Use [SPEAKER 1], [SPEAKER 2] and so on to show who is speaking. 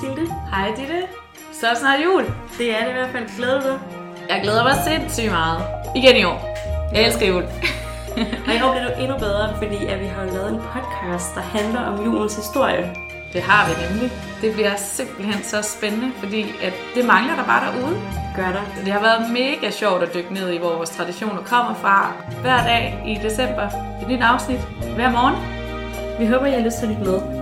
[SPEAKER 1] Ditte.
[SPEAKER 2] Hej Ditte. Så er det snart jul.
[SPEAKER 1] Det er det i hvert fald. Glæder du dig?
[SPEAKER 2] Jeg glæder mig sindssygt meget. Igen i år. Jeg elsker jul.
[SPEAKER 1] Og jeg håber, det er endnu bedre, fordi at vi har jo lavet en podcast, der handler om julens historie.
[SPEAKER 2] Det har vi nemlig. Det bliver simpelthen så spændende, fordi at det mangler der bare derude.
[SPEAKER 1] Gør der.
[SPEAKER 2] Det har været mega sjovt at dykke ned i, hvor vores traditioner kommer fra. Hver dag i december. Et nyt afsnit. Hver morgen.
[SPEAKER 1] Vi håber, I har lyst til at lytte med.